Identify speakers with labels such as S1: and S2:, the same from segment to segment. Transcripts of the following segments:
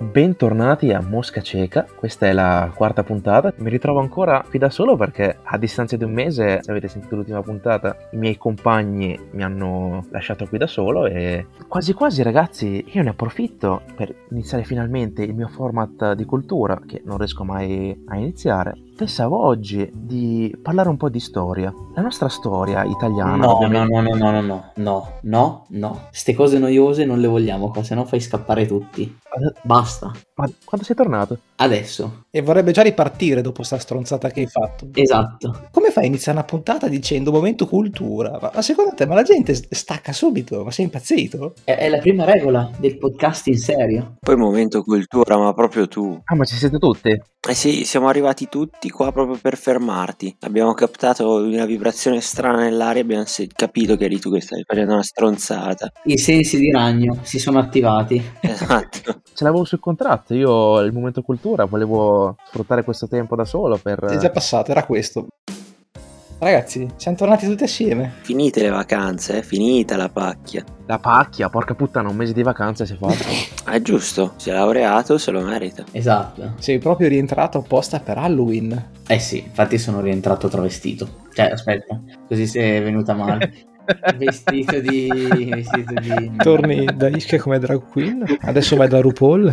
S1: Bentornati a Mosca Cieca, questa è la quarta puntata. Mi ritrovo ancora qui da solo perché a distanza di un mese, se avete sentito l'ultima puntata, i miei compagni mi hanno lasciato qui da solo e quasi quasi ragazzi io ne approfitto per iniziare finalmente il mio format di cultura che non riesco mai a iniziare. Pensavo oggi di parlare un po' di storia, la nostra storia italiana.
S2: No, no,
S1: ovviamente.
S2: no, no, no, no, no, no, no, no. Ste cose noiose non le vogliamo qua, se no fai scappare tutti. Basta.
S1: Ma quando sei tornato?
S2: Adesso.
S3: E vorrebbe già ripartire dopo sta stronzata che hai fatto.
S2: Esatto.
S3: Come fai a iniziare una puntata dicendo momento cultura? Ma, ma secondo te, ma la gente s- stacca subito? Ma sei impazzito?
S2: È, è la prima regola del podcast in serio.
S4: Poi momento cultura, ma proprio tu.
S1: Ah, ma ci siete tutti?
S4: Eh sì, siamo arrivati tutti qua proprio per fermarti. Abbiamo captato una vibrazione strana nell'aria, abbiamo se- capito che eri tu che stavi facendo una stronzata.
S2: I sensi di ragno si sono attivati.
S4: Esatto.
S1: ce l'avevo sul contratto. Io il momento cultura volevo sfruttare questo tempo da solo per.
S3: È già passato, era questo. Ragazzi, siamo tornati tutti assieme.
S4: Finite le vacanze, eh? finita la pacchia.
S1: La pacchia, porca puttana, un mese di vacanze si è fatto.
S4: Ah, è giusto, si è laureato, se lo merita.
S2: Esatto.
S3: Sei proprio rientrato apposta per Halloween.
S2: Eh sì, infatti sono rientrato travestito. Cioè, aspetta, così sei venuta male. vestito di... vestito di...
S3: Torni da Ischia come drag queen. Adesso vai da RuPaul.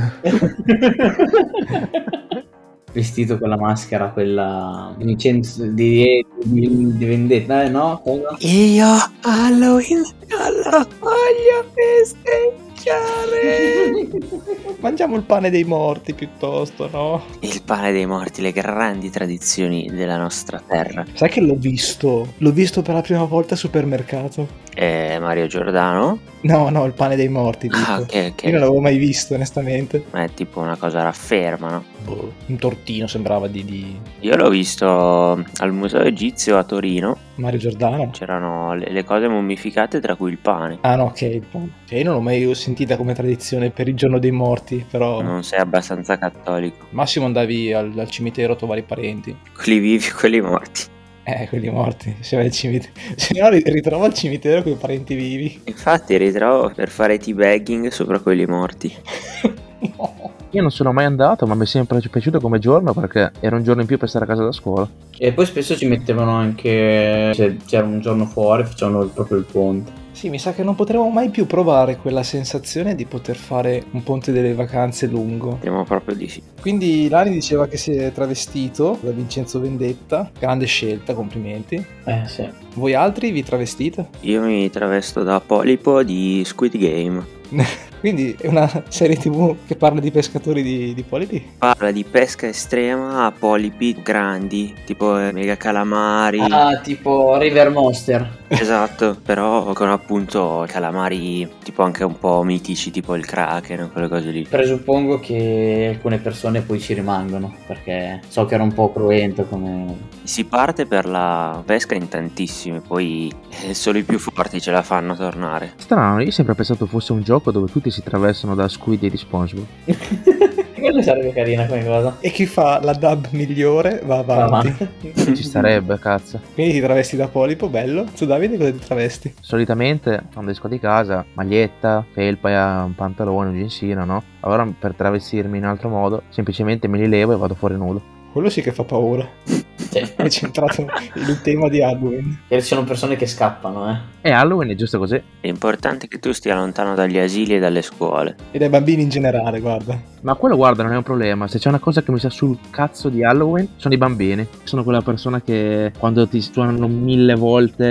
S2: vestito con la maschera, quella Vincenzo di, di, di vendetta, eh, no? Cosa?
S4: Io Halloween non lo voglio festeggiare.
S3: Mangiamo il pane dei morti piuttosto, no?
S4: Il pane dei morti, le grandi tradizioni della nostra terra.
S3: Sai che l'ho visto? L'ho visto per la prima volta al supermercato.
S4: Eh, Mario Giordano?
S3: No, no, il pane dei morti. Dico.
S4: Ah, ok, ok.
S3: Io non l'avevo mai visto, onestamente.
S4: Ma è tipo una cosa rafferma, no?
S3: Boh, un tortino sembrava di, di
S4: Io l'ho visto mm, al Museo Egizio a Torino,
S3: Mario Giordano.
S4: c'erano le, le cose mummificate tra cui il pane.
S3: Ah no, ok. il pan. Cioè, io non l'ho mai sentita come tradizione per il giorno dei morti, però
S4: Non sei abbastanza cattolico.
S3: massimo andavi al, al cimitero a trovare i parenti.
S4: Quelli vivi, quelli morti.
S3: Eh, quelli morti, se vai al cimitero. Se no ri- ritrova al cimitero con i parenti vivi.
S4: Infatti ritrovo per fare t-bagging sopra quelli morti.
S3: no.
S1: Io non sono mai andato, ma mi è sempre piaciuto come giorno perché era un giorno in più per stare a casa da scuola.
S2: E poi spesso ci mettevano anche. Cioè, c'era un giorno fuori, facevano il- proprio il ponte.
S3: Sì, mi sa che non potremo mai più provare quella sensazione di poter fare un ponte delle vacanze lungo.
S4: Temo proprio di sì.
S3: Quindi Lani diceva che si è travestito da Vincenzo Vendetta. Grande scelta, complimenti.
S2: Eh sì.
S3: Voi altri vi travestite?
S4: Io mi travesto da polipo di Squid Game.
S3: Quindi è una serie tv che parla di pescatori di, di polipi?
S4: Parla di pesca estrema a polipi grandi, tipo eh, mega calamari.
S2: Ah, tipo River Monster.
S4: Esatto, però con appunto calamari tipo anche un po' mitici, tipo il kraken, quelle cose lì.
S2: Presuppongo che alcune persone poi ci rimangono. Perché so che era un po' cruento come.
S4: Si parte per la pesca in tantissimi, poi eh, solo i più forti ce la fanno tornare.
S1: Strano, io sempre ho pensato fosse un gioco dove tutti si travestono da Squid e di SpongeBob.
S2: Quella sarebbe carina come cosa.
S3: E chi fa la dub migliore va avanti.
S1: Ci starebbe, cazzo.
S3: Quindi ti travesti da polipo, bello. Tu Davide cosa ti travesti?
S1: Solitamente quando esco di casa, maglietta, felpa, un pantalone, un ginsino, no? Allora per travestirmi in altro modo, semplicemente me li levo e vado fuori nudo.
S3: Quello sì che fa paura.
S2: Sì.
S3: È centrato il tema di Halloween.
S2: Che ci sono persone che scappano, eh.
S1: E Halloween è giusto così.
S4: L'importante è che tu stia lontano dagli asili e dalle scuole.
S3: E dai bambini in generale, guarda.
S1: Ma quello guarda non è un problema, se c'è una cosa che mi sta sul cazzo di Halloween sono i bambini. Sono quella persona che quando ti suonano mille volte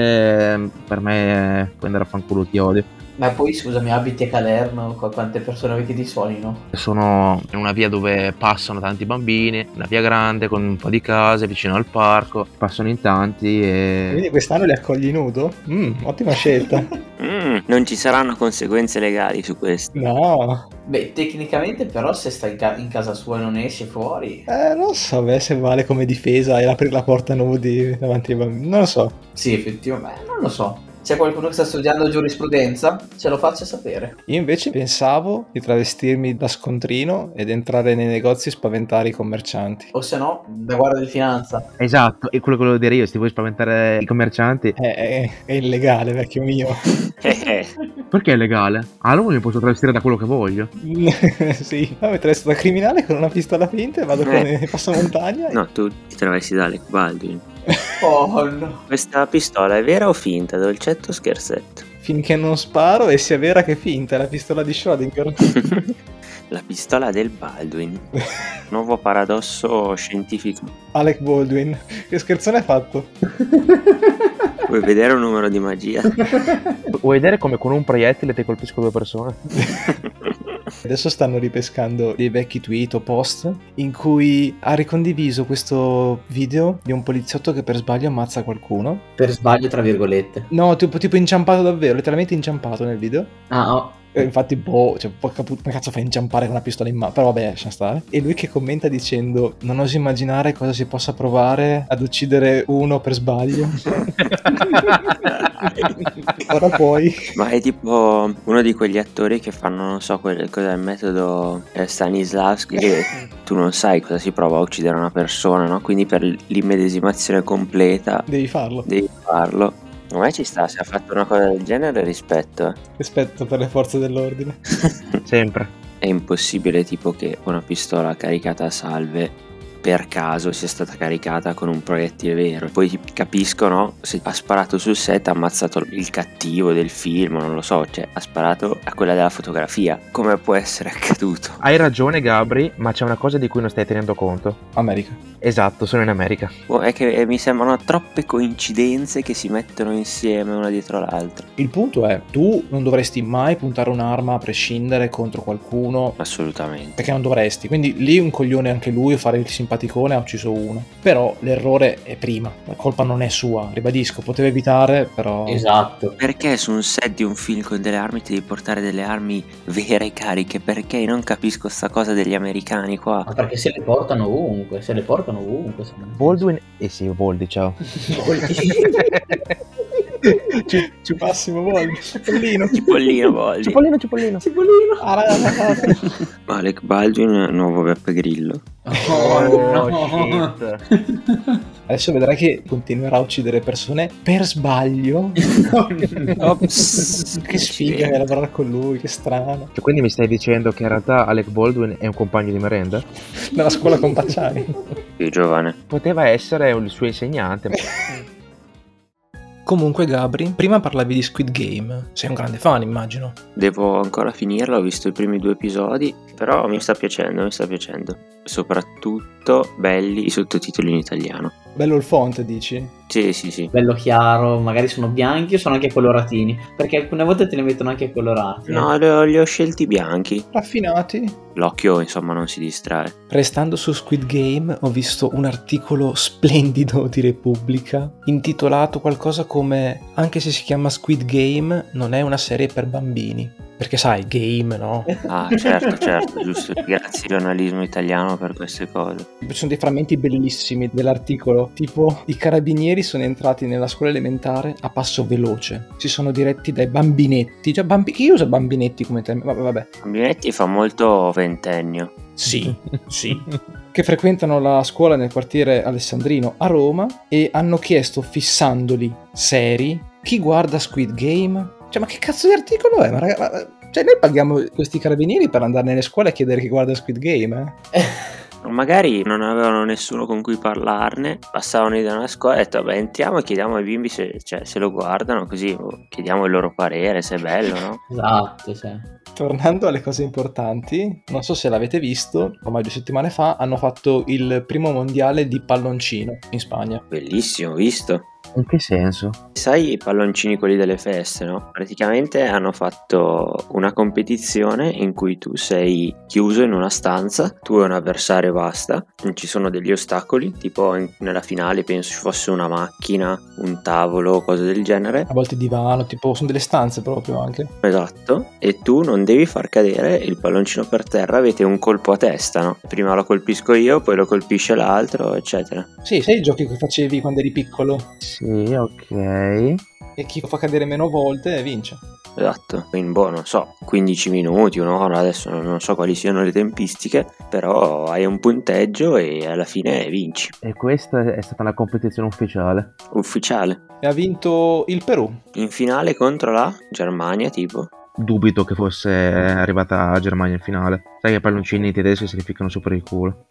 S1: eh, per me eh, puoi andare a fanculo ti odio.
S2: Ma poi scusami, abiti a Calerno, qua quante persone vuoi che ti suonino?
S1: Sono in una via dove passano tanti bambini, una via grande con un po' di case vicino al parco, passano in tanti
S3: Quindi
S1: e...
S3: quest'anno li accogli nudo? Mm, ottima scelta.
S4: Mm, non ci saranno conseguenze legali su questo.
S3: No.
S2: Beh, tecnicamente però se stai in, ca- in casa sua e non esci fuori,
S3: Eh, non so, beh, se vale come difesa e aprire la porta nudi davanti ai bambini. Non lo so.
S2: Sì, effettivamente, non lo so. C'è qualcuno che sta studiando giurisprudenza? Ce lo faccia sapere.
S3: Io invece pensavo di travestirmi da scontrino ed entrare nei negozi e spaventare i commercianti.
S2: O se no, da guardia di finanza.
S1: Esatto, è quello che volevo dire io, se ti vuoi spaventare i commercianti.
S3: Eh, È, è illegale, vecchio mio.
S1: Perché è legale? Allora mi posso travestire da quello che voglio.
S3: sì, ma mettere da criminale con una pistola finta e vado con
S4: Eh.
S3: il passamontagna.
S4: No, tu ti travesti da Alec Baldwin.
S2: oh no.
S4: Questa pistola è vera o finta? Dolcetto o scherzetto?
S3: Finché non sparo e sia vera che finta, è la pistola di Schrödinger.
S4: La pistola del Baldwin. Nuovo paradosso scientifico.
S3: Alec Baldwin. Che scherzone ha fatto?
S4: Vuoi vedere un numero di magia?
S1: Vuoi vedere come con un proiettile ti colpisco due persone?
S3: Adesso stanno ripescando dei vecchi tweet o post in cui ha ricondiviso questo video di un poliziotto che per sbaglio ammazza qualcuno.
S2: Per sbaglio, tra virgolette.
S3: No, tipo, tipo inciampato davvero, letteralmente inciampato nel video.
S2: Ah, oh.
S3: E infatti, boh, cioè, porca put- come cazzo fai a inciampare con una pistola in mano? Però vabbè, lascia stare. E lui che commenta dicendo: Non oso immaginare cosa si possa provare ad uccidere uno per sbaglio. Ora poi.
S4: Ma è tipo uno di quegli attori che fanno, non so, quel, cos'è il metodo eh, Stanislavski, che tu non sai cosa si prova a uccidere una persona, no? Quindi per l'immedesimazione completa
S3: Devi farlo.
S4: devi farlo. Secondo me ci sta, se ha fatto una cosa del genere rispetto. eh.
S3: Rispetto per le forze dell'ordine.
S1: Sempre.
S4: È impossibile tipo che una pistola caricata a salve per caso sia stata caricata con un proiettile vero. Poi capiscono se ha sparato sul set, ha ammazzato il cattivo del film, non lo so, cioè ha sparato a quella della fotografia. Come può essere accaduto?
S1: Hai ragione, Gabri, ma c'è una cosa di cui non stai tenendo conto.
S3: America.
S1: Esatto, sono in America.
S4: Boh, è che eh, mi sembrano troppe coincidenze che si mettono insieme una dietro l'altra.
S3: Il punto è: tu non dovresti mai puntare un'arma a prescindere contro qualcuno
S4: Assolutamente.
S3: perché non dovresti. Quindi lì un coglione anche lui a fare il simpaticone ha ucciso uno. Però l'errore è prima, la colpa non è sua, ribadisco, poteva evitare, però
S2: Esatto.
S4: Perché su un set di un film con delle armi ti devi portare delle armi vere e cariche? Perché non capisco sta cosa degli americani qua.
S2: Ma perché se le portano ovunque, se le portano ovunque. se-
S1: Baldwin... Eh sì, Boldi, ciao. Ci- ci-
S3: Massimo Volvi, cipollino.
S4: Cipollino Boldi.
S1: Cipollino, cipollino.
S2: Cipollino.
S3: Ah, la, la, la, la.
S4: Alec Baldwin, nuovo Beppe Grillo.
S2: Oh, no.
S1: shit.
S3: Adesso vedrai che continuerà a uccidere persone per sbaglio.
S4: Ops.
S3: Che sfiga che lavorare con lui, che strano.
S1: Cioè, quindi mi stai dicendo che in realtà Alec Baldwin è un compagno di merenda?
S3: Nella scuola con Pacciani.
S4: Più giovane.
S1: Poteva essere il suo insegnante. ma-
S3: Comunque, Gabri, prima parlavi di Squid Game. Sei un grande fan, immagino.
S4: Devo ancora finirla, ho visto i primi due episodi, però mi sta piacendo, mi sta piacendo. Soprattutto belli i sottotitoli in italiano.
S3: Bello il font, dici?
S4: Sì, sì, sì.
S2: Bello chiaro, magari sono bianchi o sono anche coloratini. Perché alcune volte te li mettono anche colorati.
S4: No, li ho, li ho scelti bianchi.
S3: Raffinati.
S4: L'occhio, insomma, non si distrae.
S3: Restando su Squid Game, ho visto un articolo splendido di Repubblica intitolato qualcosa come Anche se si chiama Squid Game, non è una serie per bambini. Perché sai, game, no?
S4: Ah, certo, certo, giusto. Grazie al giornalismo italiano per queste cose.
S3: Ci sono dei frammenti bellissimi dell'articolo, tipo i carabinieri sono entrati nella scuola elementare a passo veloce. Si sono diretti dai bambinetti. Cioè, bambi- chi usa bambinetti come termine? Vabbè, vabbè.
S4: Cambianetti fa molto ventennio.
S3: Sì, sì. che frequentano la scuola nel quartiere Alessandrino a Roma e hanno chiesto, fissandoli seri, chi guarda Squid Game? Cioè, ma che cazzo di articolo è? Ma raga, ma- cioè, noi paghiamo questi carabinieri per andare nelle scuole a chiedere chi guarda Squid Game, eh?
S4: Magari non avevano nessuno con cui parlarne, passavano da una scuola e ho detto, beh, entriamo e chiediamo ai bimbi se, cioè, se lo guardano, così boh, chiediamo il loro parere, se è bello, no?
S2: Esatto, cioè.
S3: Tornando alle cose importanti, non so se l'avete visto, ormai due settimane fa hanno fatto il primo mondiale di palloncino in Spagna.
S4: Bellissimo, visto.
S1: In che senso?
S4: Sai i palloncini quelli delle feste, no? Praticamente hanno fatto una competizione in cui tu sei chiuso in una stanza, tu e un avversario e basta, ci sono degli ostacoli, tipo in- nella finale penso ci fosse una macchina, un tavolo, cose del genere,
S3: A volte divano, tipo, sono delle stanze proprio anche.
S4: Esatto, e tu non devi far cadere il palloncino per terra, avete un colpo a testa, no? Prima lo colpisco io, poi lo colpisce l'altro, eccetera.
S3: Sì, sai i giochi che facevi quando eri piccolo?
S1: Sì, ok.
S3: E chi lo fa cadere meno volte vince.
S5: esatto. In boh, non so, 15 minuti, un'ora, adesso non non so quali siano le tempistiche, però hai un punteggio e alla fine vinci.
S1: E questa è stata una competizione ufficiale.
S5: Ufficiale.
S3: E ha vinto il Perù.
S5: In finale contro la Germania, tipo.
S1: Dubito che fosse arrivata a Germania in finale. Sai che i palloncini tedeschi si rificcano su per il culo.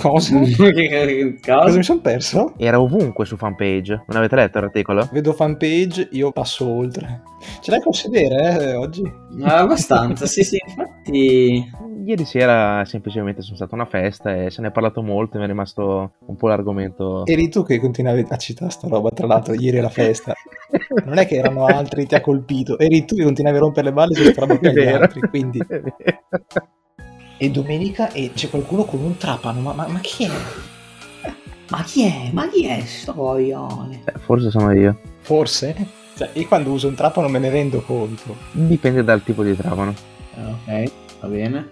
S3: Cosa?
S1: Mm.
S2: Che
S3: Cosa
S2: Caso.
S3: mi sono perso?
S1: Era ovunque su fanpage. Non avete letto l'articolo?
S3: Vedo fanpage, io passo oltre. Ce l'hai con sedere eh, oggi?
S2: Ah, abbastanza, sì, sì, infatti.
S1: Ieri sera semplicemente sono stata a una festa e se ne è parlato molto e mi è rimasto un po' l'argomento.
S3: Eri tu che continuavi a citare sta roba, tra l'altro, ieri alla festa. Non è che erano altri, ti ha colpito. Eri tu che continuavi a rompere le balle su sta roba
S1: È
S3: per gli
S1: vero.
S3: altri, quindi...
S1: È vero.
S3: E domenica e c'è qualcuno con un trapano, ma, ma- ma chi è?
S2: Ma chi è? Ma chi è sto coglione?
S1: Eh, Forse sono io.
S3: Forse? Cioè, io quando uso un trapano me ne rendo conto.
S1: Dipende dal tipo di travano.
S2: Ah, ok, va bene.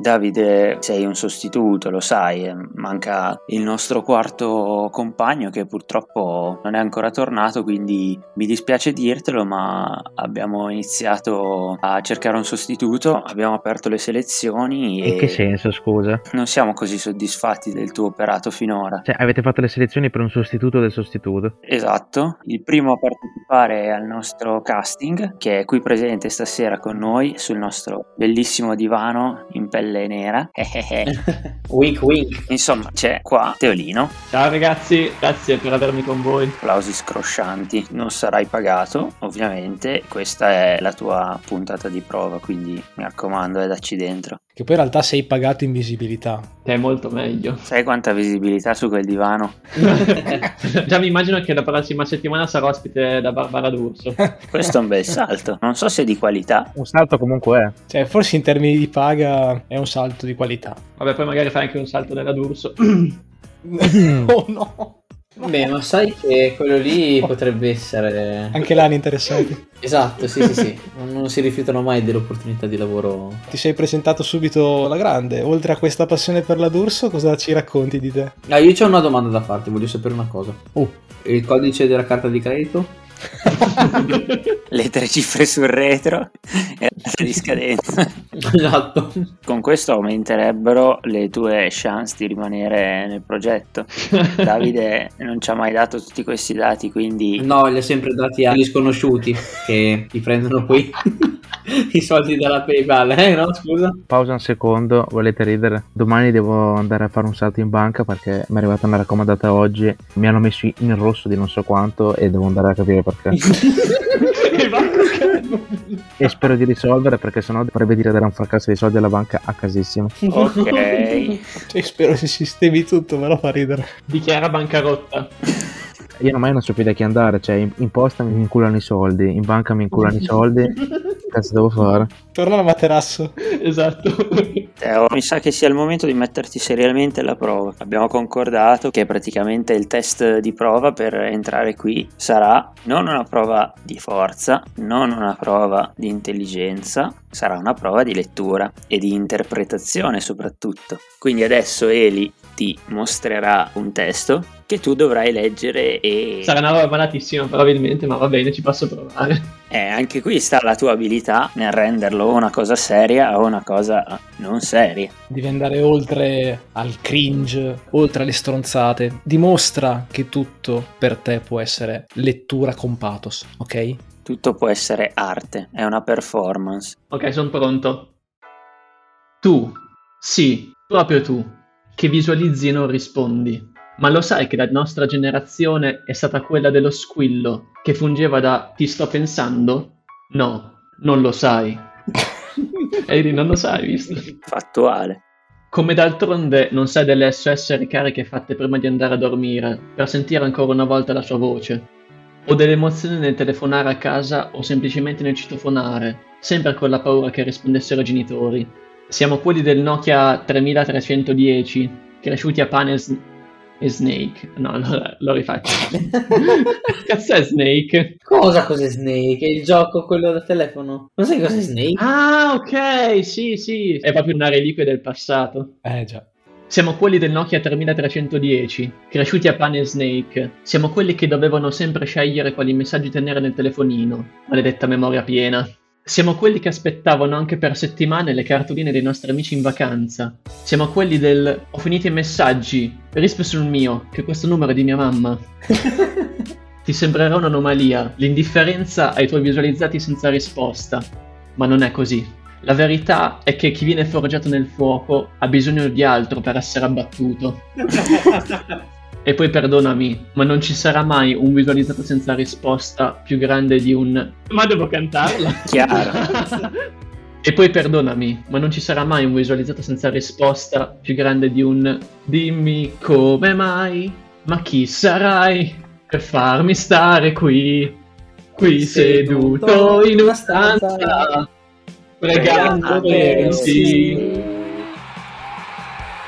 S4: Davide, sei un sostituto, lo sai, eh, manca il nostro quarto compagno che purtroppo non è ancora tornato, quindi mi dispiace dirtelo, ma abbiamo iniziato a cercare un sostituto, abbiamo aperto le selezioni
S1: In che
S4: e
S1: senso, scusa?
S4: non siamo così soddisfatti del tuo operato finora.
S1: Cioè, avete fatto le selezioni per un sostituto del sostituto?
S4: Esatto, il primo a partecipare al nostro casting, che è qui presente stasera con noi sul nostro bellissimo divano in pelle nera.
S2: wink wink.
S4: Insomma, c'è qua Teolino,
S6: Ciao ragazzi, grazie per avermi con voi.
S4: applausi scroscianti. Non sarai pagato, ovviamente. Questa è la tua puntata di prova, quindi mi raccomando, eh, dacci dentro.
S3: Che poi in realtà sei pagato in visibilità.
S6: Che è molto meglio.
S4: Sai quanta visibilità su quel divano?
S6: Già mi immagino che la prossima settimana sarò ospite da Barbara D'Urso.
S4: Questo è un bel salto. Non so se di qualità.
S1: Un salto comunque è.
S3: Cioè, forse in termini di paga è un salto di qualità.
S6: Vabbè, poi magari fai anche un salto nella D'Urso.
S3: oh no!
S2: Beh, ma sai che quello lì potrebbe essere.
S3: Anche là ne interessati.
S2: Esatto, sì, sì, sì. Non, non si rifiutano mai dell'opportunità di lavoro.
S3: Ti sei presentato subito alla grande. Oltre a questa passione per la D'Urso, cosa ci racconti di te?
S2: Ah, io c'ho una domanda da farti, voglio sapere una cosa.
S3: Oh.
S2: Il codice della carta di credito?
S4: Le tre cifre sul retro e la data di scadenza.
S2: Esatto.
S4: Con questo aumenterebbero le tue chance di rimanere nel progetto. Davide non ci ha mai dato tutti questi dati, quindi
S2: No, li ho sempre dati agli sconosciuti che ti prendono qui i soldi dalla PayPal, eh? No, scusa.
S1: Pausa un secondo, volete ridere? Domani devo andare a fare un salto in banca perché mi è arrivata una raccomandata oggi. Mi hanno messo in rosso di non so quanto e devo andare a capire perché.
S6: E va a truccare.
S1: e spero di risolvere perché sennò dovrebbe dire dare un fracasso di soldi alla banca a casissimo.
S4: ok.
S3: Cioè, spero si sistemi tutto, me lo fa ridere.
S6: Dichiara bancarotta.
S1: Io ormai non so più da chi andare, cioè in, in posta mi inculano i soldi, in banca mi inculano i soldi. Che cazzo devo fare?
S3: Torna al materasso.
S6: Esatto.
S4: Teo, Eh, oh, mi sa che sia il momento di metterti seriamente alla prova. Abbiamo concordato che praticamente il test di prova per entrare qui sarà non una prova di forza, non una prova di intelligenza, sarà una prova di lettura e di interpretazione soprattutto. Quindi adesso Eli ti mostrerà un testo che tu dovrai leggere e
S6: Sarà una roba malatissima probabilmente, ma va bene, ci posso provare.
S4: eh, anche qui sta la tua abilità nel renderlo una cosa seria o una cosa non seria.
S3: Devi andare oltre al cringe, oltre alle stronzate. Dimostra che tutto per te può essere lettura con pathos, ok?
S4: Tutto può essere arte, è una performance.
S6: Ok, sono pronto. Tu, sì, proprio tu, che visualizzi e non rispondi. Ma lo sai che la nostra generazione è stata quella dello squillo, che fungeva da ti sto pensando? No, non lo sai. Eri, non lo sai, visto?
S4: Fattuale.
S6: Come d'altronde non sai delle SOS ricariche fatte prima di andare a dormire, per sentire ancora una volta la sua voce, o delle emozioni nel telefonare a casa o semplicemente nel citofonare, sempre con la paura che rispondessero i genitori. Siamo quelli del Nokia 3310, cresciuti a pane e, sn- e Snake. No, allora lo rifaccio. Cazzo è Snake?
S2: Cosa cos'è Snake? È il gioco quello da telefono? Non sai cos'è Snake?
S6: Ah, ok, sì, sì, è proprio una reliquia del passato.
S3: Eh già.
S6: Siamo quelli del Nokia 3310, cresciuti a pane e Snake. Siamo quelli che dovevano sempre scegliere quali messaggi tenere nel telefonino. Maledetta memoria piena. Siamo quelli che aspettavano anche per settimane le cartoline dei nostri amici in vacanza. Siamo quelli del ho finito i messaggi, rispe sul mio, che questo numero è di mia mamma. Ti sembrerà un'anomalia, l'indifferenza ai tuoi visualizzati senza risposta, ma non è così. La verità è che chi viene forgiato nel fuoco ha bisogno di altro per essere abbattuto. E poi perdonami, ma non ci sarà mai un visualizzato senza risposta più grande di un... Ma devo cantarla!
S7: Chiaro.
S6: E poi perdonami, ma non ci sarà mai un visualizzato senza risposta più grande di un dimmi come mai, ma chi sarai per farmi stare qui, qui
S2: Seduto
S6: seduto in una
S2: stanza,
S6: stanza, pregando per un sì.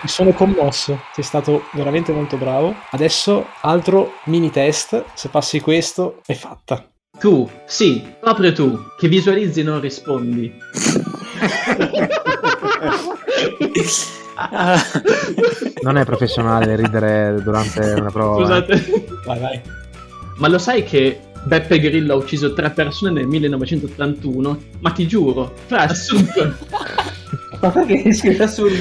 S3: Mi sono commosso, sei stato veramente molto bravo. Adesso altro mini test, se passi questo è fatta.
S6: Tu, sì, proprio tu, che visualizzi e non rispondi.
S7: Ah.
S1: Non è professionale ridere durante una prova.
S6: Scusate.
S3: Vai, vai.
S6: Ma lo sai che Beppe Grillo ha ucciso tre persone nel 1981? Ma ti giuro, fra assunto.
S2: Ma perché scrive sul...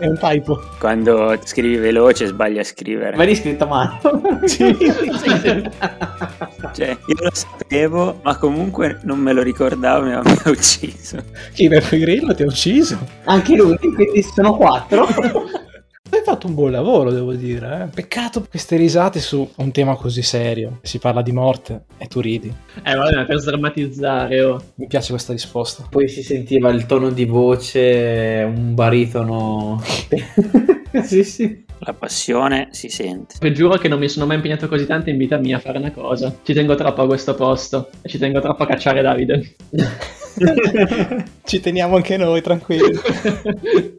S3: È un typo.
S7: Quando scrivi veloce sbagli a scrivere.
S2: Ma lì è scritto male.
S7: Cioè, io lo sapevo, ma comunque non me lo ricordavo, mi aveva ucciso.
S3: Chi Beppe Grillo ti ha ucciso?
S2: Anche lui, quindi sono quattro.
S3: Hai fatto un buon lavoro, devo dire. eh. Peccato queste risate su un tema così serio. Si parla di morte e tu ridi.
S6: eh, vabbè, ma per sdrammatizzare, oh.
S3: Mi piace questa risposta.
S2: Poi si sentiva il tono di voce, un baritono. sì, sì.
S7: La passione si sente.
S6: Vi giuro che non mi sono mai impegnato così tanto in vita mia a fare una cosa. Ci tengo troppo a questo posto. E ci tengo troppo a cacciare Davide.
S3: Ci teniamo anche noi, tranquilli.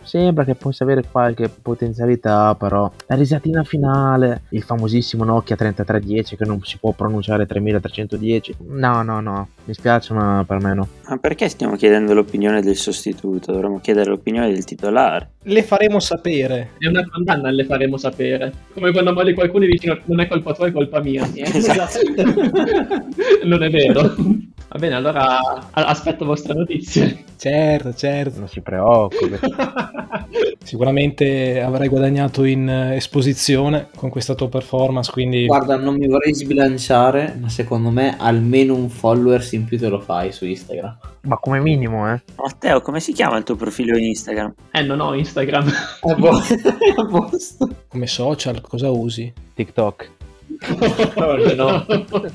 S1: Sembra che possa avere qualche potenzialità, però la risatina finale, il famosissimo Nokia 3310 che non si può pronunciare 3310. No, no, no, mi spiace, ma per me no.
S7: Ma perché stiamo chiedendo l'opinione del sostituto? Dovremmo chiedere l'opinione del titolare.
S3: Le faremo sapere.
S6: È una condanna, le faremo sapere. Come quando muore qualcuno e dici "No, non è colpa tua, è colpa mia. non è vero. Va bene, allora a- aspetto vostre notizie.
S3: Certo, certo.
S1: Non si preoccupi.
S3: Sicuramente avrai guadagnato in eh, esposizione con questa tua performance, quindi
S2: Guarda, non mi vorrei sbilanciare, ma secondo me almeno un followers in più te lo fai su Instagram.
S1: ma come minimo, eh.
S7: Matteo, come si chiama il tuo profilo Instagram?
S6: Eh, non ho Instagram.
S2: A posto. A posto.
S3: come social cosa usi?
S1: TikTok.
S6: no,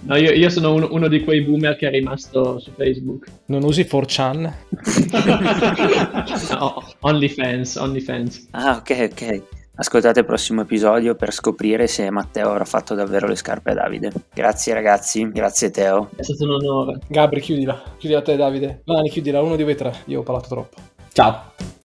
S6: no io, io sono uno, uno di quei boomer che è rimasto su Facebook.
S3: Non usi 4chan?
S6: no, OnlyFans, OnlyFans.
S7: Ah, ok, ok. Ascoltate il prossimo episodio per scoprire se Matteo avrà fatto davvero le scarpe a Davide. Grazie ragazzi, grazie Teo.
S6: È stato un onore.
S3: Gabri, chiudila. Chiudila te, Davide. Mani, chiudila. Uno, due, tre. Io ho parlato troppo.
S2: Ciao.